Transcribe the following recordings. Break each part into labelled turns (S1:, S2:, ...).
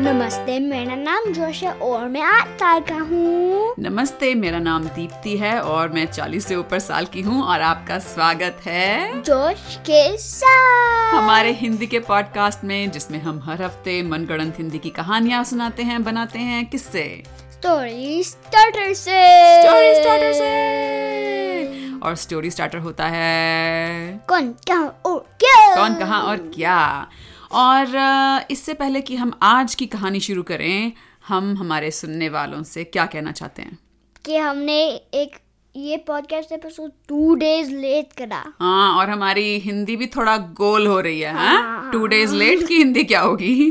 S1: नमस्ते मेरा नाम जोश है और मैं आठ साल का हूँ
S2: नमस्ते मेरा नाम दीप्ति है और मैं 40 से ऊपर साल की हूँ और आपका स्वागत है
S1: जोश के साथ
S2: हमारे हिंदी के पॉडकास्ट में जिसमें हम हर हफ्ते मनगढ़ंत हिंदी की कहानियाँ सुनाते हैं बनाते हैं किससे
S1: स्टोरी स्टार्टर से
S2: स्टोरी स्टार्टर से और स्टोरी स्टार्टर होता है
S1: कौन कहाँ और क्या
S2: कौन कहाँ और क्या और अ, इससे पहले कि हम आज की कहानी शुरू करें हम हमारे सुनने वालों से क्या कहना चाहते हैं
S1: कि हमने एक ये podcast episode two days late करा
S2: हाँ और हमारी हिंदी भी थोड़ा गोल हो रही है हाँ? टू डेज लेट की हिंदी क्या होगी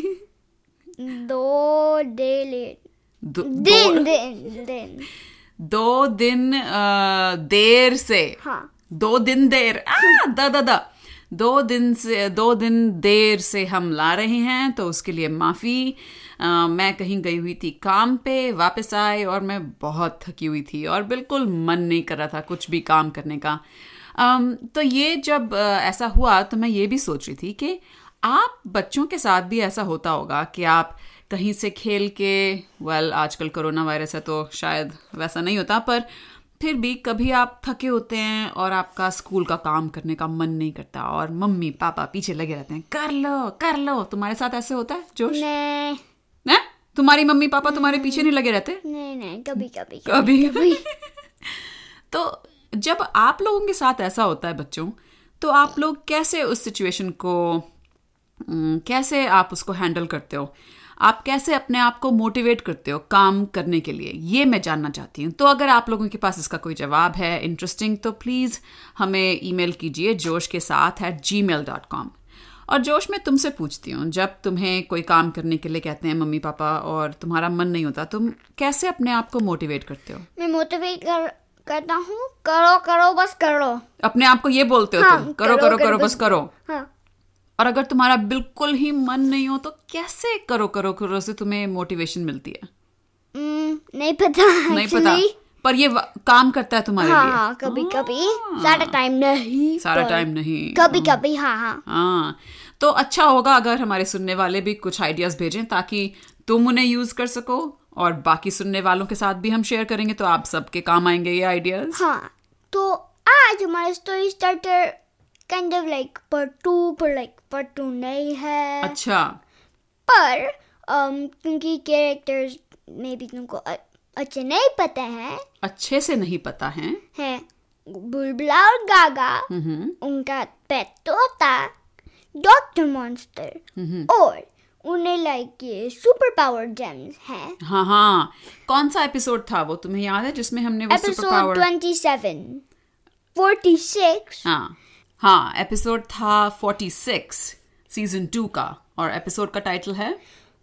S1: दो डे लेट
S2: दो,
S1: दिन दिन दिन
S2: दो दिन अ, देर से
S1: हाँ
S2: दो दिन देर आ, द द द दो दिन से दो दिन देर से हम ला रहे हैं तो उसके लिए माफ़ी अ, मैं कहीं गई हुई थी काम पे वापस आए और मैं बहुत थकी हुई थी और बिल्कुल मन नहीं कर रहा था कुछ भी काम करने का अम, तो ये जब अ, ऐसा हुआ तो मैं ये भी सोच रही थी कि आप बच्चों के साथ भी ऐसा होता होगा कि आप कहीं से खेल के वेल आजकल कोरोना वायरस है तो शायद वैसा नहीं होता पर फिर भी कभी आप थके होते हैं और आपका स्कूल का काम करने का मन नहीं करता और मम्मी पापा पीछे लगे रहते हैं कर लो कर लो तुम्हारे साथ ऐसे होता है जोश
S1: नहीं
S2: ना तुम्हारी मम्मी पापा तुम्हारे पीछे नहीं लगे रहते
S1: नहीं नहीं कभी कभी
S2: कभी कभी तो जब आप लोगों के साथ ऐसा होता है बच्चों तो आप लोग कैसे उस सिचुएशन को अम, हम्म, कैसे आप उसको हैंडल करते हो आप कैसे अपने आप को मोटिवेट करते हो काम करने के लिए ये मैं जानना चाहती हूँ तो अगर आप लोगों के पास इसका कोई जवाब है इंटरेस्टिंग तो प्लीज़ हमें ईमेल कीजिए जोश के साथ at gmail dot com और जोश मैं तुमसे पूछती हूँ जब तुम्हें कोई काम करने के लिए कहते हैं मम्मी पापा और तुम्हारा मन नहीं होता तुम कैसे अपने आप को मोटिवेट करते हो
S1: मैं मोटिवेट कर करता हूँ करो करो बस करो
S2: अपने आप को ये बोलते हो
S1: हाँ,
S2: तुम करो करो करो बस करो
S1: हाँ
S2: और अगर तुम्हारा बिल्कुल ही मन नहीं हो तो कैसे करो करो करो से तुम्हें मोटिवेशन मिलती है
S1: हम्म, नहीं पता
S2: नहीं पता
S1: actually।
S2: पर ये वा- काम करता है तुम्हारे
S1: हाँ
S2: लिए
S1: हाँ कभी कभी सारा टाइम नहीं
S2: सारा
S1: पर
S2: टाइम नहीं
S1: कभी कभी हाँ हाँ
S2: हाँ तो अच्छा होगा अगर हमारे सुनने वाले भी कुछ आइडियाज भेजें ताकि तुम उन्हें यूज कर सको और बाकी सुनने वालों के साथ भी हम शेयर करेंगे तो आप सबके काम आएंगे ये आइडियाज
S1: हाँ तो आज हमारा story starter kind of like पर टू पर लाइक पर टू नहीं है
S2: अच्छा
S1: पर um, क्योंकि कैरेक्टर्स में भी तुमको अ- अच्छे नहीं पता है
S2: अच्छे से नहीं पता है
S1: हैं बुलबुला और गागा उनका तो पेट तोता डॉक्टर मॉन्स्टर और उन्हें लाइक ये सुपर पावर जेम्स हैं
S2: हाँ हाँ कौन सा एपिसोड था वो तुम्हें याद है जिसमें हमने वो super
S1: episode
S2: power
S1: twenty seven forty six
S2: हाँ हाँ एपिसोड था 46 सीजन टू का और एपिसोड का टाइटल है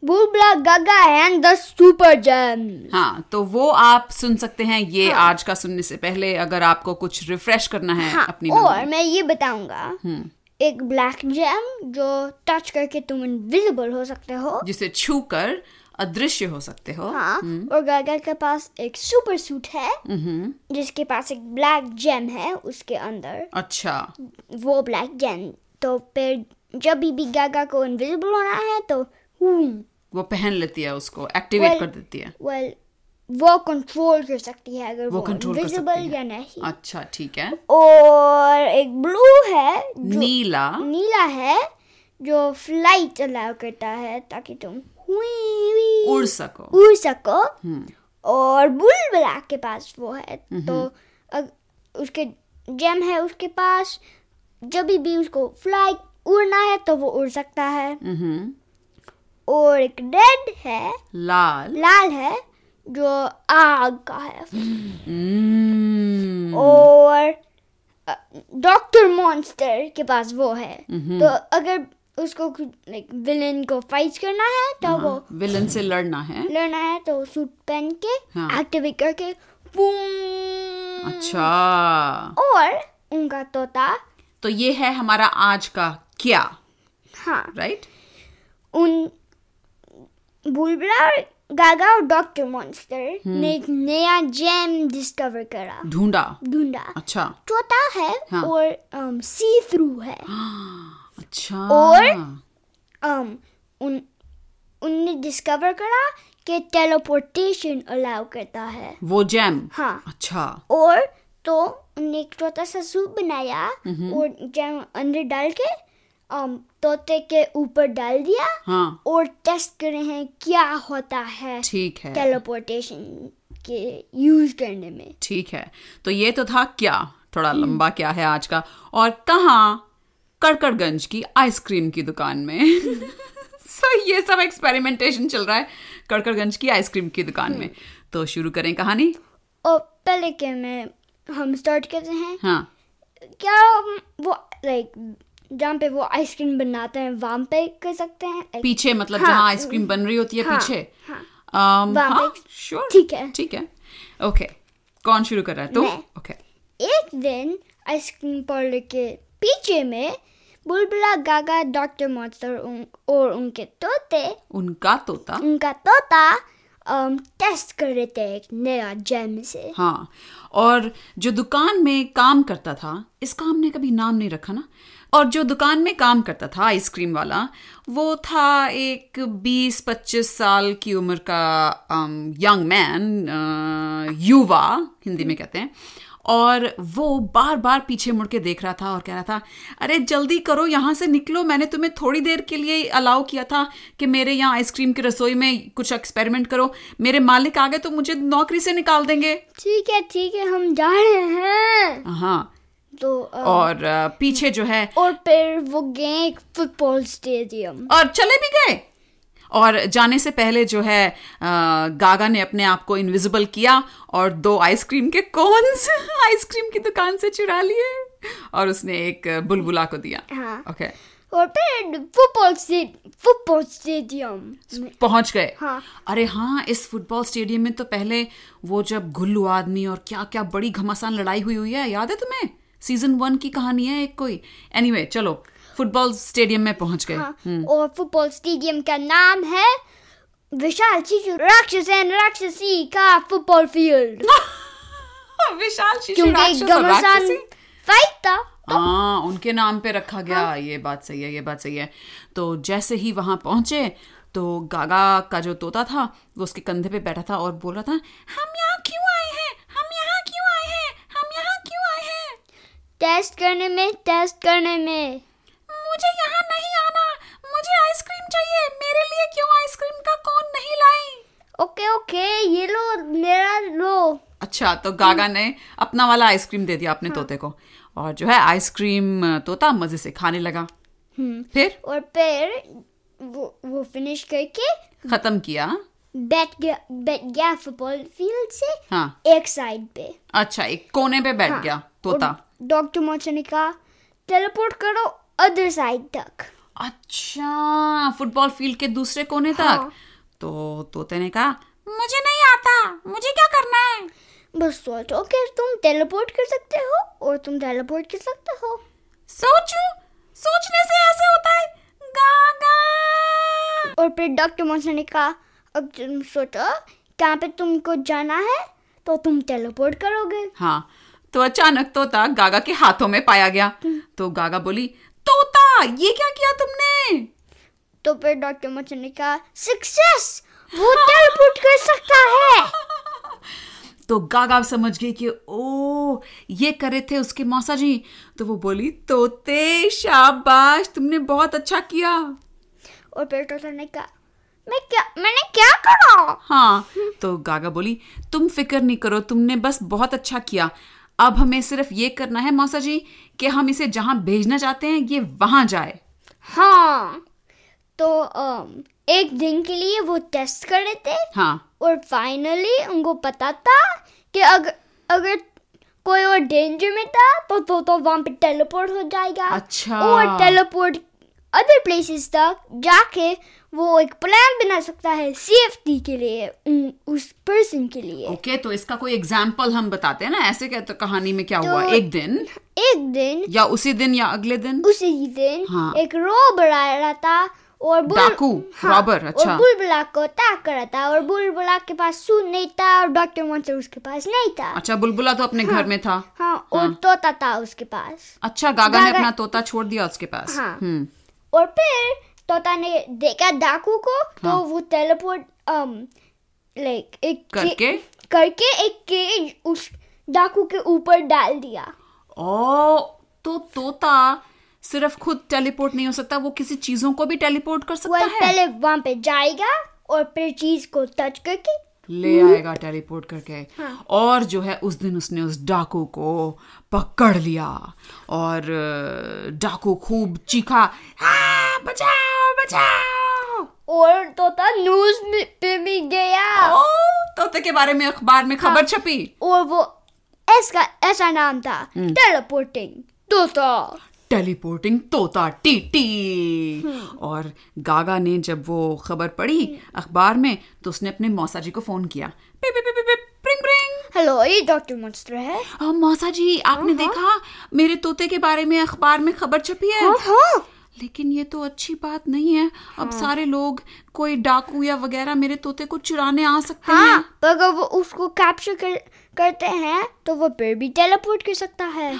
S1: बुलबुला गागा एंड द सुपर जेम्स
S2: हाँ तो वो आप सुन सकते हैं ये आज का सुनने से पहले अगर आपको कुछ रिफ्रेश करना है
S1: हाँ
S2: अपनी
S1: और मैं ये बताऊंगा एक ब्लैक जेम जो टच करके तुम इनविजिबल हो सकते हो
S2: जिसे छू कर अदृश्य हो सकते हो
S1: हाँ और गागा के पास एक सुपर सूट है जिसके पास एक ब्लैक जेम है उसके अंदर
S2: अच्छा
S1: वो ब्लैक जेम तो फिर जब भी भी गागा को इनविजिबल होना है तो
S2: वो पहन लेती है उसको एक्टिवेट
S1: Well-
S2: कर देती है
S1: वेल वो कंट्रोल कर सकती है अगर
S2: वो
S1: वो
S2: control कर सकती
S1: इनविजिबल
S2: है।
S1: या नहीं
S2: अच्छा ठीक है
S1: और एक ब्लू है जो
S2: नीला
S1: नीला है जो फ्लाइट अलाउ करता है ताकि तुम हुई हुई
S2: उड़ सको
S1: उड़ सको
S2: हम्म।
S1: और बुलबुला के पास वो है तो अग, उसके जेम है उसके पास जब भी उसको फ्लाई उड़ना है तो वो उड़ सकता है
S2: हम्म
S1: और एक रेड है
S2: लाल
S1: लाल है जो आग का है
S2: हम्म,
S1: और डॉक्टर मॉन्स्टर के पास वो है
S2: Mm-hmm.
S1: तो अगर उसको लाइक विलेन को फाइट करना है
S2: हाँ।
S1: तो वो
S2: विलन से लड़ना है
S1: लड़ना है तो सूट पहन के
S2: हाँ।
S1: एक्टिवेट करके बूम
S2: अच्छा
S1: और उनका तोता
S2: तो ये है हमारा आज का क्या
S1: हाँ
S2: राइट
S1: उन बुलबुला और गागा और डॉक्टर मॉन्स्टर
S2: हम्म।
S1: ने एक नया जेम डिस्कवर करा
S2: ढूंढा
S1: ढूंढा
S2: अच्छा
S1: तोता है
S2: हम्म। हाँ।
S1: और um, सी थ्रू है
S2: अच्छा
S1: और- अम um, उन उनने डिस्कवर करा कि टेलीपोर्टेशन अलाउ करता है
S2: वो जैम
S1: हाँ
S2: अच्छा
S1: और तो उनने एक छोटा सा सूप बनाया और जैम अंदर डाल के अम, तोते के ऊपर डाल दिया
S2: हाँ
S1: और टेस्ट कर रहे हैं क्या होता है
S2: ठीक है
S1: टेलीपोर्टेशन के यूज करने में
S2: ठीक है तो ये तो था क्या थोड़ा
S1: हम्म।
S2: लंबा क्या है आज का और कहाँ कड़कड़गंज की आइसक्रीम की दुकान में सो ये सब एक्सपेरिमेंटेशन चल रहा है कड़कड़गंज की आइसक्रीम की दुकान में
S1: हम्म।
S2: तो शुरू करें कहानी
S1: और पहले के में हम स्टार्ट करते हैं
S2: हाँ
S1: क्या हम वो लाइक जहाँ पे वो आइसक्रीम बनाते हैं वहाँ पे कर सकते हैं Like,
S2: पीछे मतलब
S1: हाँ,
S2: जहाँ आइसक्रीम बन रही होती है
S1: हाँ,
S2: पीछे
S1: हाँ।
S2: um,
S1: वहाँ
S2: हाँ,
S1: पे-
S2: sure,
S1: ठीक है।
S2: ठीक है ओके कौन शुरू कर रहा है तो
S1: मैं।
S2: ओके
S1: एक दिन आइसक्रीम पार्लर के पीछे में बुलबुला गागा डॉक्टर मॉन्स्टर उन, और उनके तोते
S2: उनका तोता
S1: उनका तोता अम, टेस्ट कर रहे थे एक नया जैम से
S2: हाँ और जो दुकान में काम करता था इसका हमने कभी नाम नहीं रखा ना और जो दुकान में काम करता था आइसक्रीम वाला वो था एक 20-25 साल की उम्र का यंग मैन युवा हिंदी में कहते हैं और वो बार बार पीछे मुड़ के देख रहा था और कह रहा था अरे जल्दी करो यहाँ से निकलो मैंने तुम्हें थोड़ी देर के लिए अलाउ किया था कि मेरे यहाँ आइसक्रीम की रसोई में कुछ एक्सपेरिमेंट करो मेरे मालिक आ गए तो मुझे नौकरी से निकाल देंगे
S1: ठीक है ठीक है हम जा रहे हैं
S2: हाँ
S1: तो अम,
S2: और अ, पीछे जो है
S1: और फिर वो गए एक फुटबॉल स्टेडियम
S2: और चले भी गए और जाने से पहले जो है अ, गागा ने अपने आप को इनविजिबल किया और दो आइसक्रीम के कोन्स आइसक्रीम की दुकान से चुरा लिए और उसने एक बुलबुला को दिया
S1: हाँ।
S2: ओके
S1: और फिर फुटबॉल स्टे- फुटबॉल स्टेडियम
S2: पहुंच गए
S1: हाँ।
S2: अरे हाँ इस फुटबॉल स्टेडियम में तो पहले वो जब घुल्लू आदमी और क्या क्या बड़ी घमासान लड़ाई हुई हुई है याद है तुम्हें सीजन वन की कहानी है एक कोई एनीवे anyway, चलो फुटबॉल स्टेडियम में पहुंच गए
S1: हाँ, और फुटबॉल स्टेडियम का नाम है विशाल शिशु राक्षस एंड राक्षसी का फुटबॉल फील्ड
S2: विशाल शिशु
S1: क्योंकि
S2: राक्षस और
S1: घमासान
S2: राक्षसी।
S1: फाइट था
S2: हाँ उनके नाम पे रखा गया ये बात सही है ये बात सही है तो जैसे ही वहां पहुंचे तो गागा का जो तोता था वो उसके कंधे पे बैठा था और बोल रहा था हम यहाँ क्यों आए हैं हम यहाँ क्यों आए हैं हम यहाँ क्यों आए हैं
S1: टेस्ट करने में टेस्ट करने में
S2: मुझे यहाँ नहीं आना मुझे आइसक्रीम चाहिए मेरे लिए क्यों आइसक्रीम का कौन नहीं लाई
S1: ओके ओके ये लो मेरा लो
S2: अच्छा तो गागा ने अपना वाला आइसक्रीम दे दिया अपने
S1: हाँ।
S2: तोते को और जो है आइसक्रीम तोता मजे से खाने लगा
S1: हम्म।
S2: फिर
S1: और फिर वो वो फिनिश करके
S2: खत्म किया
S1: बैठ गया बैठ गया फुटबॉल फील्ड से
S2: हाँ
S1: एक साइड पे
S2: अच्छा एक कोने पे बैठ गया तोता
S1: हाँ, और डॉक्टर मोचन ने कहा टेलीपोर्ट करो अदर साइड तक
S2: अच्छा फुटबॉल फील्ड के दूसरे कोने तक
S1: हाँ।
S2: तो तोते ने कहा मुझे नहीं आता मुझे क्या करना है
S1: बस सोचो कि तुम टेलीपोर्ट कर सकते हो और तुम टेलीपोर्ट कर सकते हो
S2: सोचूं सोचने से ऐसे होता है गागा
S1: और फिर डॉक्टर मोहसन ने कहा अब तुम सोचो कहाँ पे तुमको जाना है तो तुम टेलीपोर्ट करोगे
S2: हाँ तो अचानक तोता गागा के हाथों में पाया गया तो गागा बोली तोता ये क्या किया तुमने
S1: तो फिर डॉक्टर मोहसन ने कहा सक्सेस वो टेलीपोर्ट कर सकता है
S2: तो गागा समझ गई कि ओ ये करे थे उसके मौसा जी तो वो बोली तोते शाबाश तुमने बहुत अच्छा किया
S1: और फिर डॉक्टर ने कहा मैं क्या मैंने क्या करा
S2: हाँ तो गागा बोली तुम फिक्र नहीं करो तुमने बस बहुत अच्छा किया अब हमें सिर्फ ये करना है मौसा जी कि हम इसे जहाँ भेजना चाहते हैं ये वहाँ जाए
S1: हाँ तो अम, एक दिन के लिए वो टेस्ट कर रहे थे
S2: हाँ
S1: और फाइनली उनको पता था कि अगर अगर कोई और डेंजर में था तो तो, तो वहां पे टेलीपोर्ट हो जाएगा
S2: अच्छा।
S1: और टेलीपोर्ट अदर प्लेसेस तक जाके वो एक प्लान बना सकता है सेफ्टी के लिए उन- उस पर्सन के लिए
S2: ओके तो इसका कोई एग्जाम्पल हम बताते हैं ना ऐसे क्या तो कहानी में क्या
S1: तो-
S2: हुआ एक दिन
S1: एक दिन
S2: या उसी दिन या अगले दिन
S1: उसी दिन
S2: हाँ।
S1: एक रोबर आ रहा था और बुल- हाँ,
S2: डाकू, रॉबर, अच्छा।
S1: और बुलबुला को अटैक कर रहा था और बुलबुला के पास सूट नहीं था और डॉक्टर मॉन्स्टर उसके पास नहीं था
S2: अच्छा बुलबुला तो अपने घर में था
S1: हाँ और तोता था उसके पास
S2: अच्छा गागा ने
S1: गागा-
S2: अपना तोता छोड़ दिया उसके पास
S1: हाँ।
S2: हम्म
S1: और फिर तोता ने देखा डाकू को तो वो टेलीपोर्ट लाइक एक के-
S2: करके?
S1: करके एक केज उस डाकू के ऊपर डाल दिया
S2: ओ तो तोता सिर्फ खुद टेलीपोर्ट नहीं हो सकता वो किसी चीजों को भी टेलीपोर्ट कर सकता
S1: वह
S2: है
S1: पहले वहां पे जाएगा और फिर चीज को टच करके
S2: ले
S1: हम्म।
S2: आएगा टेलीपोर्ट करके
S1: हाँ।
S2: और जो है उस दिन उसने उस डाकू को पकड़ लिया और अ, डाकू खूब चीखा "आ, बचाओ बचाओ
S1: और तोता न्यूज में- पे भी गया
S2: ओ तोते के बारे में अखबार में
S1: हाँ।
S2: खबर छपी
S1: और वो इसका ऐसा नाम था टेलीपोर्टिंग तोता
S2: टेलीपोर्टिंग तोता टी टी
S1: हम्म।
S2: और गागा ने जब वो खबर पढ़ी अखबार में तो उसने अपने मौसा जी को फोन किया पिप पिप पिप पिप, प्रिंग प्रिंग
S1: हेलो ये डॉक्टर मॉन्स्टर है
S2: हाँ, मौसा जी आपने
S1: हाँ,
S2: देखा मेरे तोते के बारे में अखबार में खबर छपी है
S1: हाँ
S2: लेकिन ये तो अच्छी बात नहीं है अब सारे लोग कोई डाकू या वगैरह मेरे तोते को चुराने आ सकते
S1: हाँ
S2: हैं
S1: पर अगर वो उसको कैप्चर कर, करते हैं तो वो फिर भी टेलीपोर्ट कर सकता है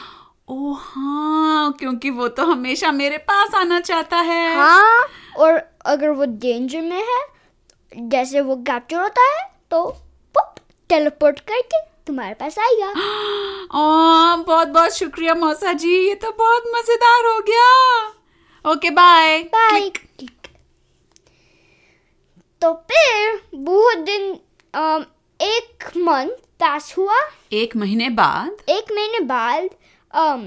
S2: ओ हाँ क्योंकि वो तो हमेशा मेरे पास आना चाहता है
S1: हाँ और अगर वो डेंजर में है जैसे वो कैप्चर होता है तो टेलीपोर्ट करके तुम्हारे पास आएगा
S2: हाँ, आ, बहुत बहुत शुक्रिया मौसा जी ये तो बहुत मजेदार हो गया ओके बाय
S1: बाय तो फिर बहुत दिन अम, एक मंथ पास हुआ
S2: एक महीने बाद
S1: एक महीने बाद um,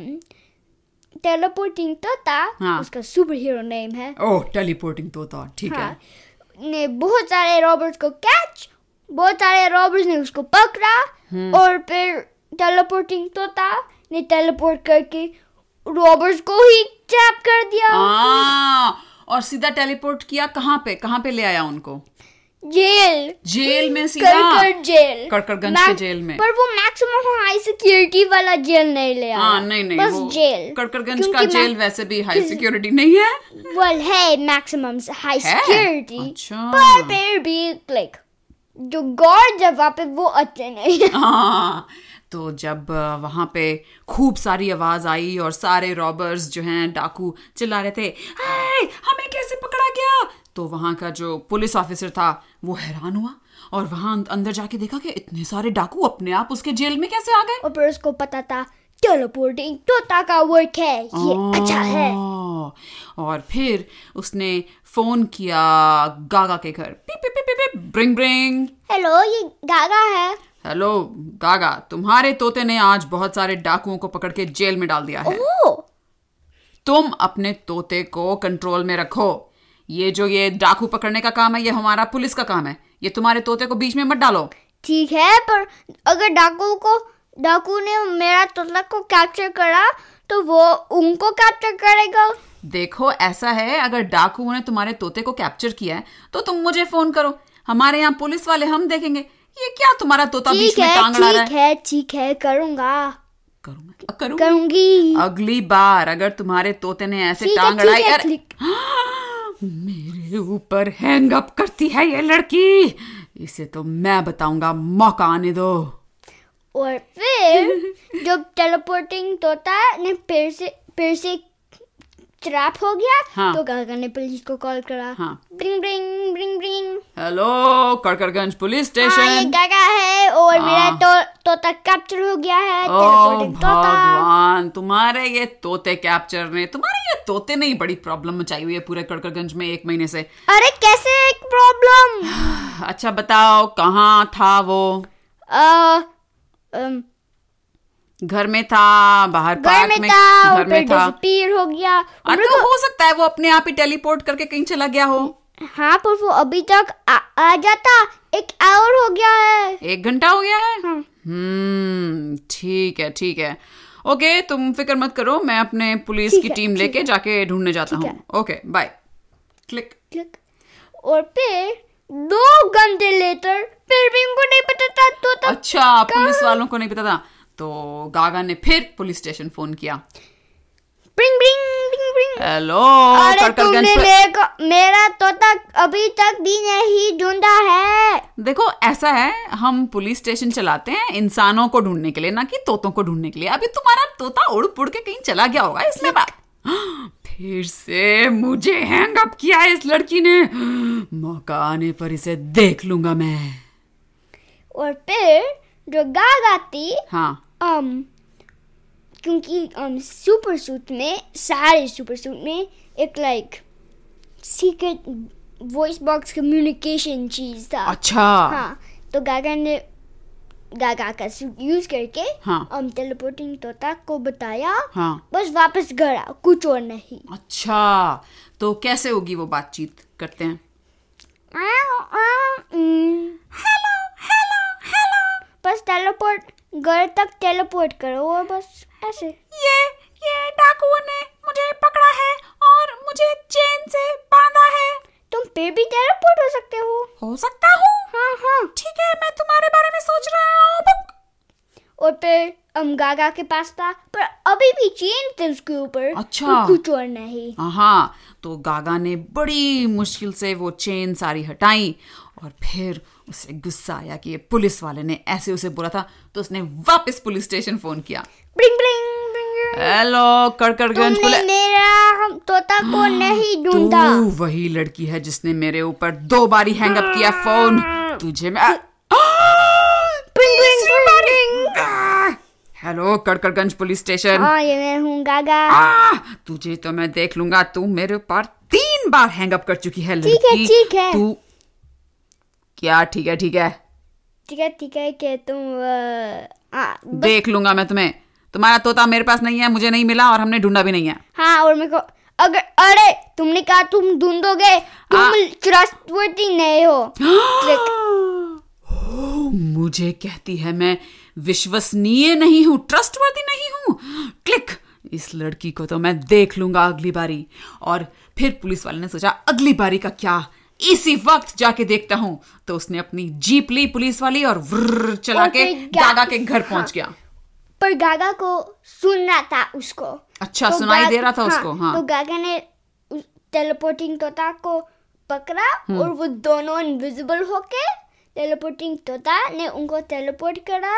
S1: टेलीपोर्टिंग तोता
S2: हाँ।
S1: उसका सुपर हीरो नेम है
S2: ओह टेलीपोर्टिंग तोता ठीक
S1: हाँ, ने बहुत सारे रॉबर्ट्स को कैच बहुत सारे रॉबर्ट्स ने उसको पकड़ा
S2: हम्म।
S1: और फिर टेलीपोर्टिंग तोता ने टेलीपोर्ट करके रॉबर्ट्स को ही ट्रैप कर दिया
S2: हाँ। आ, और सीधा टेलीपोर्ट किया कहाँ पे कहाँ पे ले आया उनको
S1: जेल
S2: जेल में
S1: कड़कड़
S2: सीधा
S1: जेल
S2: कड़कड़गंज के
S1: मैक-
S2: जेल में।
S1: पर वो मैक्सिमम हाई सिक्योरिटी वाला जेल नहीं ले आया
S2: हाँ नहीं नहीं
S1: बस
S2: वो
S1: जेल
S2: कड़कड़गंज का
S1: क्योंकि
S2: जेल वैसे भी हाई सिक्योरिटी नहीं है
S1: वेल है मैक्सिमम हाई
S2: है?
S1: सिक्योरिटी
S2: अच्छा।
S1: पर फिर भी लाइक जो गार्ड है वहाँ पे वो अच्छे नहीं है
S2: हाँ, तो जब अ, वहां पे खूब सारी आवाज आई और सारे रॉबर्स जो हैं डाकू चिल्ला रहे थे "हाय, हमें कैसे पकड़ा गया तो वहां का जो पुलिस ऑफिसर था वो हैरान हुआ और वहां अंदर जाके देखा कि इतने सारे डाकू अपने आप उसके जेल में कैसे आ गए
S1: और फिर उसको पता था टेलीपोर्टिंग तोता का वर्क है ये
S2: हाँ।
S1: अच्छा है
S2: ओह, हाँ। और फिर उसने फोन किया गागा के घर पिप पिप पिप पिप ब्रिंग ब्रिंग
S1: हेलो ये गागा है
S2: हेलो गागा तुम्हारे तोते ने आज बहुत सारे डाकुओं को पकड़ के जेल में डाल दिया है
S1: ओह
S2: तुम अपने तोते को कंट्रोल में रखो ये जो ये डाकू पकड़ने का काम है ये हमारा पुलिस का काम है ये तुम्हारे तोते को बीच में मत डालो
S1: ठीक है पर अगर डाकू को डाकू ने मेरा तोता को कैप्चर करा तो वो उनको कैप्चर करेगा
S2: देखो ऐसा है अगर डाकुओं ने तुम्हारे तोते को कैप्चर किया है तो तुम मुझे फोन करो हमारे यहाँ पुलिस वाले हम देखेंगे ये क्या तुम्हारा तोता बीच
S1: ठीक
S2: में
S1: है
S2: टांग अड़ा रहा
S1: ठीक
S2: है
S1: है ठीक है करूंगा
S2: करूंगा करूंगा
S1: करूंगी
S2: अगली बार अगर तुम्हारे तोते ने ऐसे
S1: ठीक है,
S2: टांग
S1: ठीक
S2: अड़ाई
S1: है,
S2: अरे-
S1: ठीक।
S2: मेरे ऊपर हैंग अप करती है ये लड़की इसे तो मैं बताऊंगा मौका आने दो
S1: और फिर जब टेलीपोर्टिंग तोता ने फिर से फिर से ट्रैप हो गया
S2: हाँ।
S1: तो गागा ने पुलिस को कॉल करा
S2: हाँ।
S1: ब्रिंग ब्रिंग ब्रिंग ब्रिंग
S2: हेलो कड़कड़गंज पुलिस
S1: हाँ ये
S2: स्टेशन
S1: गागा है और मेरा
S2: हाँ।
S1: तो, तोता कैप्चर हो गया है
S2: ओ
S1: टेलीपोर्टिंग तोता
S2: भगवान तुम्हारे ये तोते कैप्चर ने तुम्हारे ये तोते ने ही बड़ी प्रॉब्लम मचाई हुई है पूरे कड़कड़गंज में एक महीने से
S1: अरे कैसे एक प्रॉब्लम
S2: अच्छा बताओ कहाँ था वो
S1: अ, अम,
S2: घर में था बाहर
S1: घर
S2: पार्क
S1: में
S2: में
S1: था और
S2: घर में
S1: फिर
S2: था
S1: डिसअपीयर हो गया और
S2: अरे तो हो सकता है वो अपने आप ही टेलीपोर्ट करके कहीं चला गया हो
S1: हाँ पर वो अभी तक आ, आ जाता एक आवर हो गया है
S2: एक घंटा हो गया है
S1: हाँ।
S2: हम्म ठीक है ठीक है ओके तुम फिक्र मत करो मैं अपने पुलिस
S1: ठीक
S2: की
S1: है,
S2: टीम
S1: ठीक
S2: लेके जाके ढूंढने जाता
S1: ठीक
S2: हूँ ओके बाय क्लिक
S1: क्लिक। और फिर दो घंटे लेटर फिर भी उनको नहीं पता था तोता
S2: अच्छा पुलिस वालों को नहीं पता था तो गागा ने फिर पुलिस स्टेशन फोन किया
S1: ब्रिंग ब्रिंग ब्रिंग ब्रिंग
S2: हेलो
S1: अरे
S2: कड़कड़गंज
S1: तुमने
S2: पर-
S1: मेरे को मेरा तोता अभी तक भी नहीं ढूंढा है
S2: देखो ऐसा है हम पुलिस स्टेशन चलाते हैं इंसानों को ढूंढने के लिए ना कि तोतों को ढूंढने के लिए अभी तुम्हारा तोता उड़ पुड़ के कहीं चला गया होगा इसलिए बात फिर फिर से मुझे हैंग अप किया है इस लड़की ने मौका आने पर इसे देख लूंगा मैं
S1: और फिर जो गागा थी
S2: हाँ
S1: um, क्योंकि um, सुपर सूट में सारे सुपर सूट में एक like secret voice box communication चीज था
S2: अच्छा
S1: हाँ तो गागा ने गागा का सूट यूज करके
S2: हाँ।
S1: um, टेलीपोर्टिंग तोता को बताया
S2: हाँ
S1: बस वापस घर आओ कुछ और नहीं
S2: अच्छा तो कैसे होगी वो बातचीत करते हैं
S1: हेलो हेलो हेलो बस टेलीपोर्ट घर तक टेलीपोर्ट करो और बस ऐसे
S2: ये ये डाकुओं ने मुझे पकड़ा है और मुझे चेन से बांधा है
S1: तुम फिर भी टेलीपोर्ट हो सकते हो
S2: हो सकता हूँ
S1: हाँ हाँ
S2: ठीक है मैं तुम्हारे बारे में सोच रहा हूँ
S1: और फिर हम गागा के पास था पर अभी भी चेन थी उसके ऊपर
S2: अच्छा।
S1: और कुछ और नहीं
S2: हाँ तो गागा ने बड़ी मुश्किल से वो चेन सारी हटाई और फिर उसे गुस्सा आया कि ये पुलिस वाले ने ऐसे उसे बोला था तो उसने वापस पुलिस स्टेशन फोन किया
S1: ब्रिंग ब्रिंग ब्रिंग
S2: हेलो कड़कड़गंज
S1: तुमने
S2: पुलिस
S1: मेरा तोता को नहीं ढूंढा
S2: तू वही लड़की है जिसने मेरे ऊपर दो बारी हैंग अप किया फोन तुझे मैं
S1: ब्रिंग ब्रिंग ब्रिंग
S2: हेलो कड़कड़गंज पुलिस स्टेशन
S1: हाँ ये मैं हूँ गागा
S2: आ, तुझे तो मैं देख लूंगा तू मेरे ऊपर तीन बार हैंग अप कर चुकी है
S1: ठीक है,
S2: लड़की
S1: ठीक है।
S2: तू क्या ठीक है ठीक है
S1: ठीक है ठीक है कि तुम अ, आ, ब-
S2: देख लूंगा मैं तुम्हें तुम्हारा तोता मेरे पास नहीं है मुझे नहीं मिला और हमने ढूंढा भी नहीं है
S1: हाँ और मेरे को अगर अरे तुमने कहा तुम ढूंढोगे तुम ट्रस्टवर्दी नहीं हो Click.
S2: ओह, मुझे कहती है मैं विश्वसनीय नहीं हूँ ट्रस्टवर्दी नहीं हूँ क्लिक इस लड़की को तो मैं देख लूंगा अगली बारी और फिर पुलिस वाले ने सोचा अगली बारी का क्या इसी वक्त जाके देखता हूँ तो उसने अपनी जीप ली पुलिस वाली और व्र चला
S1: और
S2: के
S1: फिर गा-
S2: दादा के घर पहुंच
S1: हाँ।
S2: गया
S1: पर गागा को सुनना था उसको
S2: अच्छा
S1: तो
S2: सुनाई
S1: गा-
S2: दे रहा था उसको हाँ
S1: तो गागा ने टेलीपोर्टिंग तोता को पकड़ा
S2: हम्म।
S1: और वो दोनों इनविजिबल होके टेलीपोर्टिंग तोता ने उनको टेलीपोर्ट करा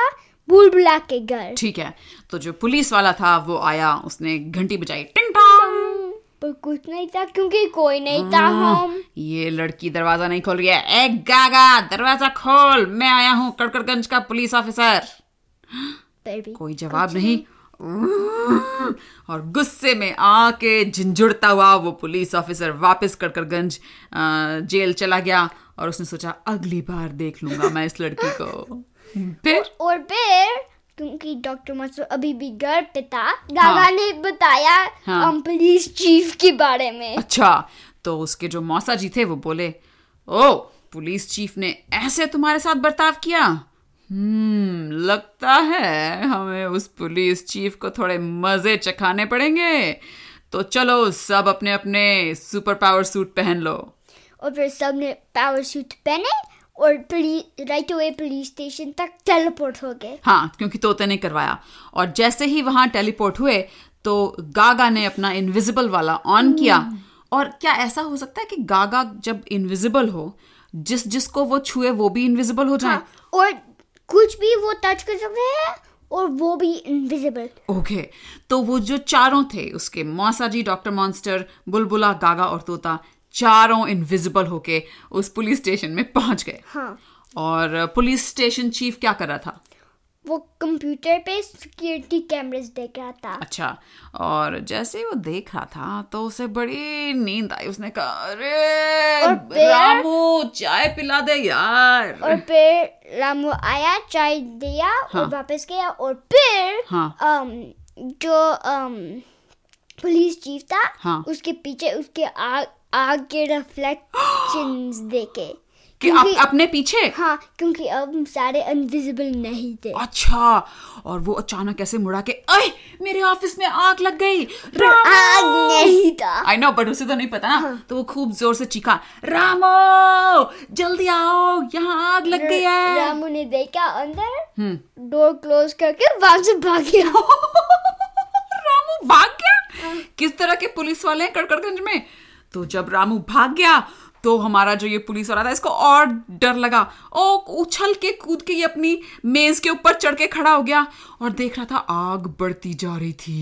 S1: भूल भुला के घर
S2: ठीक है तो जो पुलिस वाला था वो आया उसने घंटी बजाई टिंग टोंग
S1: पर कुछ नहीं था क्योंकि कोई नहीं था
S2: हाँ।
S1: हम
S2: ये लड़की दरवाजा नहीं खोल रही है ए गागा दरवाजा खोल मैं आया हूँ कड़कड़गंज का पुलिस ऑफिसर
S1: पर भी
S2: कोई जवाब नहीं और गुस्से में आके झिंझुड़ता हुआ वो पुलिस ऑफिसर वापस कड़कड़गंज अ, जेल चला गया और उसने सोचा अगली बार देख लूंगा मैं इस लड़की को फिर
S1: और फिर क्योंकि डॉक्टर मास्टर अभी भी घर पे था गागा
S2: हाँ।
S1: ने बताया
S2: हाँ।
S1: हम पुलिस चीफ के बारे में
S2: अच्छा तो उसके जो मौसा जी थे वो बोले ओ पुलिस चीफ ने ऐसे तुम्हारे साथ बर्ताव किया हम्म लगता है हमें उस पुलिस चीफ को थोड़े मजे चखाने पड़ेंगे तो चलो सब अपने अपने सुपर पावर सूट पहन लो
S1: और फिर सब ने पावर सूट पहने और police right away police station तक टेलीपोर्ट हो गए
S2: हाँ क्योंकि तोते ने करवाया और जैसे ही वहां टेलीपोर्ट हुए तो गागा ने अपना इनविजिबल वाला ऑन किया और क्या ऐसा हो सकता है कि गागा जब इनविजिबल हो जिस जिसको वो छुए वो भी इनविजिबल हो जाए
S1: हाँ, और कुछ भी वो टच कर सकते हैं और वो भी इनविजिबल
S2: ओके तो वो जो चारों थे उसके मौसा जी डॉक्टर मॉन्स्टर बुलबुला गागा और तोता चारों इनविजिबल होके उस पुलिस स्टेशन में पहुंच गए
S1: हाँ
S2: और पुलिस स्टेशन चीफ क्या कर रहा था
S1: वो कंप्यूटर पे सिक्योरिटी कैमरास देख रहा था
S2: अच्छा और जैसे ही वो देख रहा था तो उसे बड़ी नींद आई उसने कहा अरे
S1: और फिर-
S2: रामू चाय पिला दे यार
S1: और फिर रामू आया चाय दिया
S2: हाँ।
S1: और वापस गया और फिर
S2: हाँ।
S1: अम, जो अम, पुलिस चीफ था
S2: हाँ।
S1: उसके पीछे उसके आग आग के रिफ्लेक्शंस देखे
S2: कि अप, अपने पीछे
S1: हाँ क्योंकि अब हम सारे अनविजिबल नहीं थे
S2: अच्छा और वो अचानक ऐसे मुड़ा के अरे मेरे ऑफिस में आग लग गई
S1: आग
S2: रामू
S1: नहीं था
S2: आई नो बट उसे तो नहीं पता ना तो वो खूब जोर से चीखा रामो जल्दी आओ यहाँ आग लग गई है हम्म।
S1: रामू ने देखा अंदर डोर क्लोज करके वहां से भाग गया
S2: रामू भाग गया किस तरह के पुलिस वाले हैं कड़कड़गंज में तो जब रामू भाग गया तो हमारा जो ये पुलिस वाला था इसको और डर लगा ओ उछल के कूद के ये अपनी मेज के ऊपर चढ़ के खड़ा हो गया और देख रहा था आग बढ़ती जा रही थी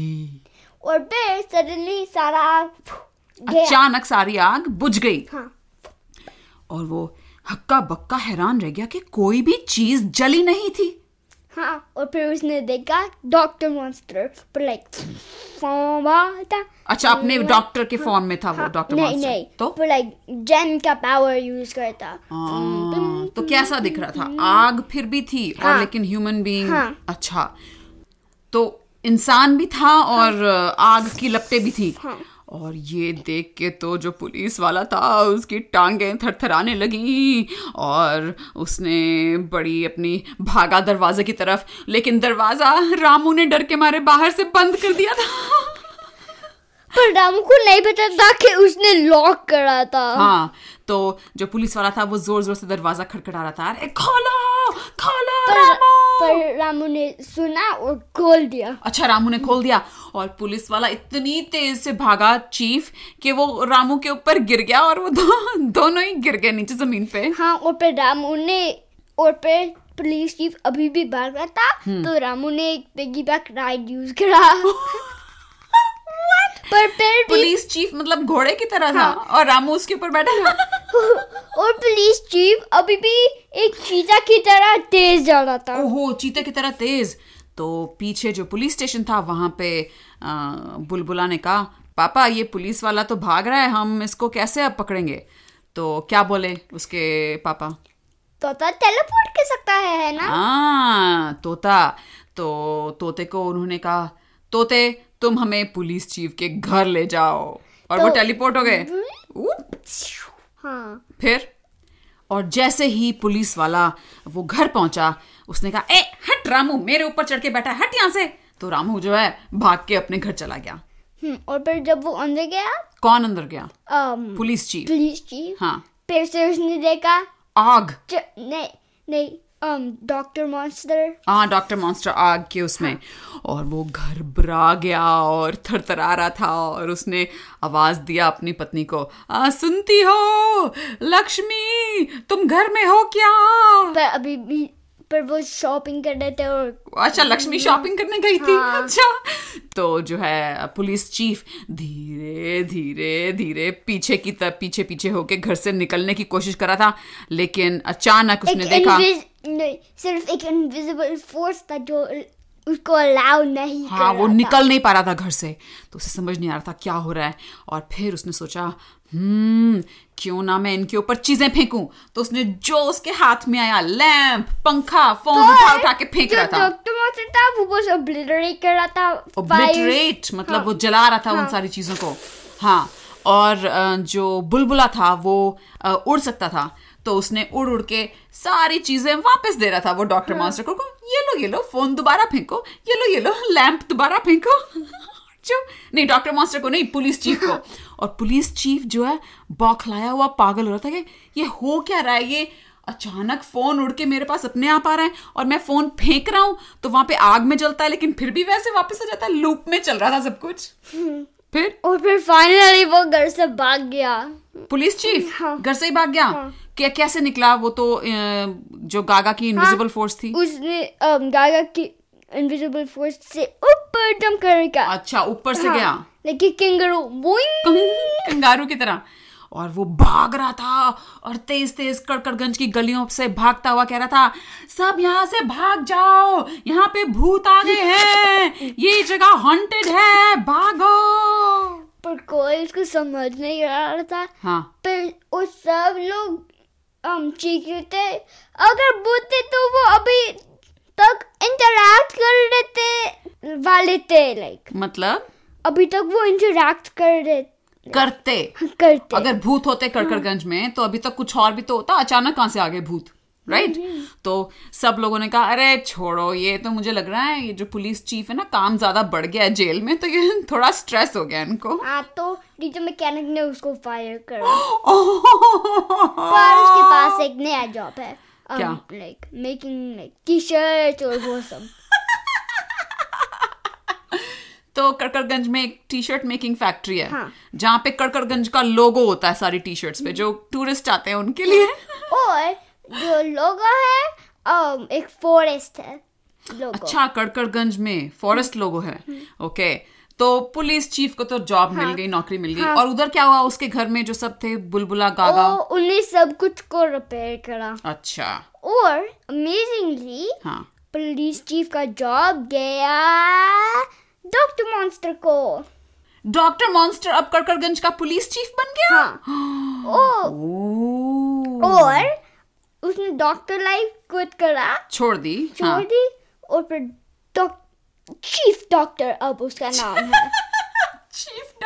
S1: और फिर सडनली सारा आग गया
S2: अचानक सारी आग बुझ गई
S1: हाँ
S2: और वो हक्का बक्का हैरान रह गया कि कोई भी चीज जली नहीं थी
S1: हाँ और फिर उसने देखा डॉक्टर मॉन्स्टर पर लाइक फॉर्मा था
S2: अच्छा अपने
S1: नहीं,
S2: डॉक्टर के फॉर्म में था वो
S1: हाँ,
S2: डॉक्टर
S1: नहीं
S2: मॉन्स्टर
S1: नहीं
S2: तो
S1: पर लाइक जेन का पावर यूज करता
S2: हाँ, तो कैसा दिख रहा था आग फिर भी थी और
S1: हाँ।
S2: लेकिन ह्यूमन बीइंग
S1: हाँ।
S2: अच्छा तो इंसान भी था और अ, आग की लपटें भी थी
S1: हाँ।
S2: और ये देख के तो जो पुलिस वाला था उसकी टांगें थरथराने लगी और उसने बड़ी अपनी भागा दरवाजे की तरफ लेकिन दरवाजा रामू ने डर के मारे बाहर से बंद कर दिया था
S1: पर रामू को नहीं पता था कि उसने लॉक करा था
S2: हाँ तो जो पुलिस वाला था वो जोर जोर से दरवाजा खटखटा रहा था अरे खोलो खोलो
S1: पर,
S2: रामू
S1: पर रामू ने सुना और खोल दिया
S2: अच्छा रामू ने खोल दिया और पुलिस वाला इतनी तेज से भागा चीफ कि वो रामू के ऊपर गिर गया और वो दो, दोनों ही गिर गए नीचे जमीन पे
S1: हाँ और फिर रामू ने और फिर पुलिस चीफ अभी भी भाग रहा था तो रामू ने एक पिगी बैक राइड यूज करा पर फिर भी
S2: पुलिस चीफ मतलब घोड़े की तरह था और रामू उसके ऊपर बैठा था
S1: और पुलिस चीफ अभी भी एक चीता की तरह तेज जा रहा था
S2: ओहो चीते की तरह तेज तो पीछे जो पुलिस स्टेशन था वहां पे अ, बुलबुला ने कहा पापा ये पुलिस वाला तो भाग रहा है हम इसको कैसे अब पकड़ेंगे तो क्या बोले उसके पापा
S1: तोता टेलीपोर्ट कर सकता है है ना
S2: हाँ तोता तो तोते को उन्होंने कहा तोते तुम हमें पुलिस चीफ के घर ले जाओ और वो
S1: तो-
S2: टेलीपोर्ट हो गए ऊप।
S1: हाँ
S2: फिर और जैसे ही पुलिस वाला वो घर पहुंचा उसने कहा ए हट रामू मेरे ऊपर चढ़ के बैठा है, हट यहाँ से तो रामू जो है भाग के अपने घर चला गया
S1: हम्म, और फिर जब वो अंदर गया um,
S2: कौन अंदर गया
S1: अम,
S2: पुलिस चीफ
S1: पुलिस चीफ
S2: हाँ
S1: फिर से उसने देखा
S2: आग
S1: च- नहीं नहीं अम, डॉक्टर मॉन्स्टर
S2: हाँ डॉक्टर मॉन्स्टर आग के उसमें और वो घर बरा गया और थरथरा रहा था और उसने आवाज दिया अपनी पत्नी को आ, सुनती हो लक्ष्मी तुम घर में हो क्या
S1: पर अभी भी पर वो शॉपिंग कर रहे थे और
S2: अच्छा लक्ष्मी शॉपिंग करने गई थी
S1: हाँ।
S2: अच्छा तो जो है पुलिस चीफ धीरे धीरे धीरे पीछे की तरफ पीछे पीछे होके घर से निकलने की कोशिश करा था लेकिन अचानक
S1: एक
S2: उसने देखा
S1: invis- नहीं सिर्फ एक इनविजिबल फोर्स था जो उसको अलाउ नहीं
S2: हाँ
S1: कर
S2: वो
S1: रहा था।
S2: निकल नहीं पा रहा था घर से तो उसे समझ नहीं आ रहा था क्या हो रहा है और फिर उसने सोचा हम्म क्यों ना मैं इनके ऊपर चीजें फेंकूं तो उसने जो उसके हाथ में आया लैंप पंखा फोन उठा उठा के फेंक
S1: तो जो
S2: रहा था
S1: डॉक्टर मॉन्स्टर था वो बस obliterate कर रहा था
S2: ओब्लिटरेट
S1: fires।
S2: मतलब
S1: हाँ,
S2: वो जला रहा था उन
S1: हाँ।
S2: सारी चीजों को हाँ और अ, जो बुलबुला था वो अ, उड़ सकता था तो उसने उड़ उड़ के सारी चीजें वापस दे रहा था वो डॉक्टर मास्टर को को, ये लो ये लो फोन दोबारा फेंको ये लो ये लो लैंप दोबारा फेंको जो नहीं डॉक्टर मास्टर को नहीं पुलिस चीफ को और पुलिस चीफ जो है बौखलाया हुआ पागल हो रहा था कि ये हो क्या रहा है ये अचानक फोन उड़ के मेरे पास अपने आप आ रहा है और मैं फोन फेंक रहा हूं तो वहां पे आग में जलता है लेकिन फिर भी वैसे वापस आ जाता है लूप में चल रहा था सब कुछ फिर
S1: और फिर फाइनली वो घर से भाग गया
S2: पुलिस चीफ
S1: हाँ।
S2: घर से ही भाग गया
S1: हाँ।
S2: क्या कैसे निकला वो तो अ, जो गागा की इनविजिबल फोर्स थी
S1: उसने अम, गागा की इनविजिबल फोर्स से ऊपर जंप करने का
S2: अच्छा ऊपर से
S1: हाँ,
S2: गया
S1: लेकिन किंगरू बोइंग
S2: कंग- कंगारू की तरह और वो भाग रहा था और तेज तेज कड़कड़गंज की गलियों से भागता हुआ कह रहा था सब यहाँ से भाग जाओ यहाँ पे भूत आ गए हैं ये जगह हॉन्टेड है भागो
S1: पर कोई उसको समझ नहीं आ रहा था
S2: हाँ
S1: पर वो सब लोग हम चीख रहे थे अगर बोलते तो वो अभी तक इंटरैक्ट कर रहे थे वाले थे लाइक
S2: मतलब
S1: अभी तक वो इंटरैक्ट कर रहे
S2: करते
S1: करते
S2: अगर भूत होते कड़कड़गंज में तो अभी तक कुछ और भी तो होता अचानक कहाँ से आ गए भूत राइट तो सब लोगों ने कहा अरे छोड़ो ये तो मुझे लग रहा है ये जो पुलिस चीफ है ना काम ज्यादा बढ़ गया है जेल में तो ये थोड़ा स्ट्रेस हो गया इनको
S1: हाँ तो डीजे मैकेनिक ने उसको फायर कर पर उसके
S2: उसके
S1: पास एक नया जॉब है um,
S2: क्या?
S1: Like making like T shirt और वो सब
S2: तो कड़कड़गंज में एक टी शर्ट मेकिंग फैक्ट्री है
S1: हाँ। हम्म।
S2: जहाँ पे कड़कड़गंज का लोगो होता है सारी टी शर्ट्स पे जो टूरिस्ट आते हैं उनके लिए
S1: और जो लोगो है अम, एक फॉरेस्ट है लोगो हम्म।
S2: अच्छा कड़कड़गंज में फॉरेस्ट लोगो है ओके तो पुलिस चीफ को तो जॉब मिल
S1: हाँ।
S2: गई नौकरी मिल गई और उधर क्या हुआ उसके घर में जो सब थे बुलबुला गागा
S1: और उन्हें सब कुछ को रिपेयर करा
S2: अच्छा
S1: और अमेजिंगली
S2: हाँ
S1: पुलिस चीफ का जॉब गया डॉक्टर मॉन्स्टर को
S2: डॉक्टर मॉन्स्टर अब कड़कड़गंज का पुलिस चीफ बन गया
S1: हाँ ओ,
S2: ओह,
S1: और उसने डॉक्टर लाइफ क्विट करा
S2: छोड़ दी
S1: छोड़
S2: हाँ
S1: दी और फिर डॉक- चीफ डॉक्टर अब उसका नाम है
S2: chief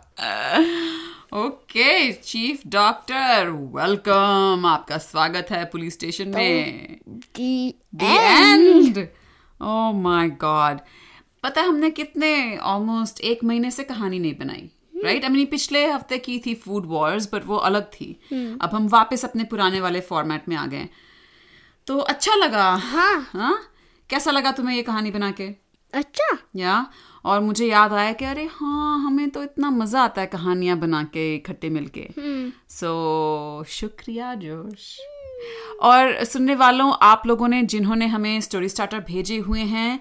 S2: doctor okay chief doctor welcome आपका स्वागत है पुलिस स्टेशन में
S1: the
S2: the end oh my god Oh पता है हमने कितने ऑलमोस्ट एक महीने से कहानी नहीं बनाई राइट आई मीन पिछले हफ्ते की थी फूड वॉर्स बट वो अलग थी अब हम वापस अपने पुराने वाले फॉर्मेट में आ गए तो अच्छा लगा
S1: हाँ
S2: हाँ कैसा लगा तुम्हें ये कहानी बना के
S1: अच्छा
S2: या और मुझे याद आया कि अरे हाँ हमें तो इतना मजा आता है कहानियां बना के इकट्ठे मिलके
S1: हम्म,
S2: सो शुक्रिया जोश और सुनने वालों आप लोगों ने जिन्होंने हमें स्टोरी स्टार्टर भेजे हुए हैं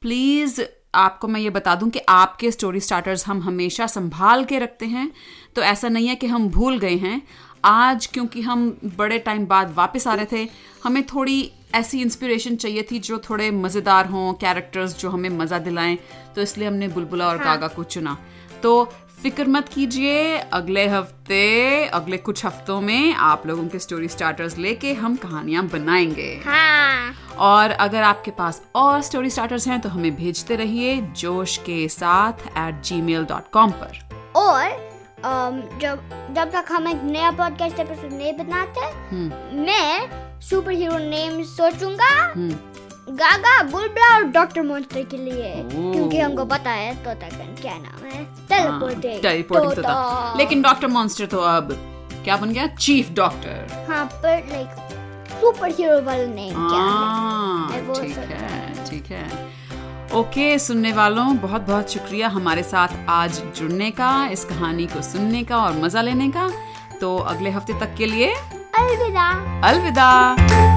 S2: प्लीज़ आपको मैं ये बता दूं कि आपके स्टोरी स्टार्टर्स हम हमेशा संभाल के रखते हैं तो ऐसा नहीं है कि हम भूल गए हैं आज क्योंकि हम बड़े टाइम बाद वापस आ रहे थे हमें थोड़ी ऐसी इंस्पिरेशन चाहिए थी जो थोड़े मज़ेदार हों कैरेक्टर्स जो हमें मज़ा दिलाएं तो इसलिए हमने बुलबुला और गागा को चुना तो फिक्र मत कीजिए अगले हफ्ते अगले कुछ हफ्तों में आप लोगों के स्टोरी स्टार्टर्स लेके हम कहानियाँ बनाएंगे
S1: हाँ
S2: और अगर आपके पास और स्टोरी स्टार्टर्स हैं तो हमें भेजते रहिए जोश के साथ at gmail dot com पर
S1: और अम, जब जब तक हम एक नया पॉडकास्ट एपिसोड नहीं बनाते मैं सुपर हीरो नेम सोचूंगा गागा बुलबुला और डॉक्टर मॉन्स्टर के लिए क्योंकि हमको पता है तोता का क्या नाम है Tota। टेलीपोर्टिंग
S2: टेलीपोर्टिंग तो था लेकिन डॉक्टर मॉन्स्टर तो अब क्या बन गया चीफ डॉक्टर
S1: हाँ पर लाइक सुपर हीरो वाला नेम क्या
S2: हाँ।
S1: है मैं वो
S2: ठीक
S1: सोच
S2: है ठीक है ओके सुनने वालों बहुत बहुत शुक्रिया हमारे साथ आज जुड़ने का इस कहानी को सुनने का और मजा लेने का तो अगले हफ्ते तक के लिए
S1: अलविदा
S2: अलविदा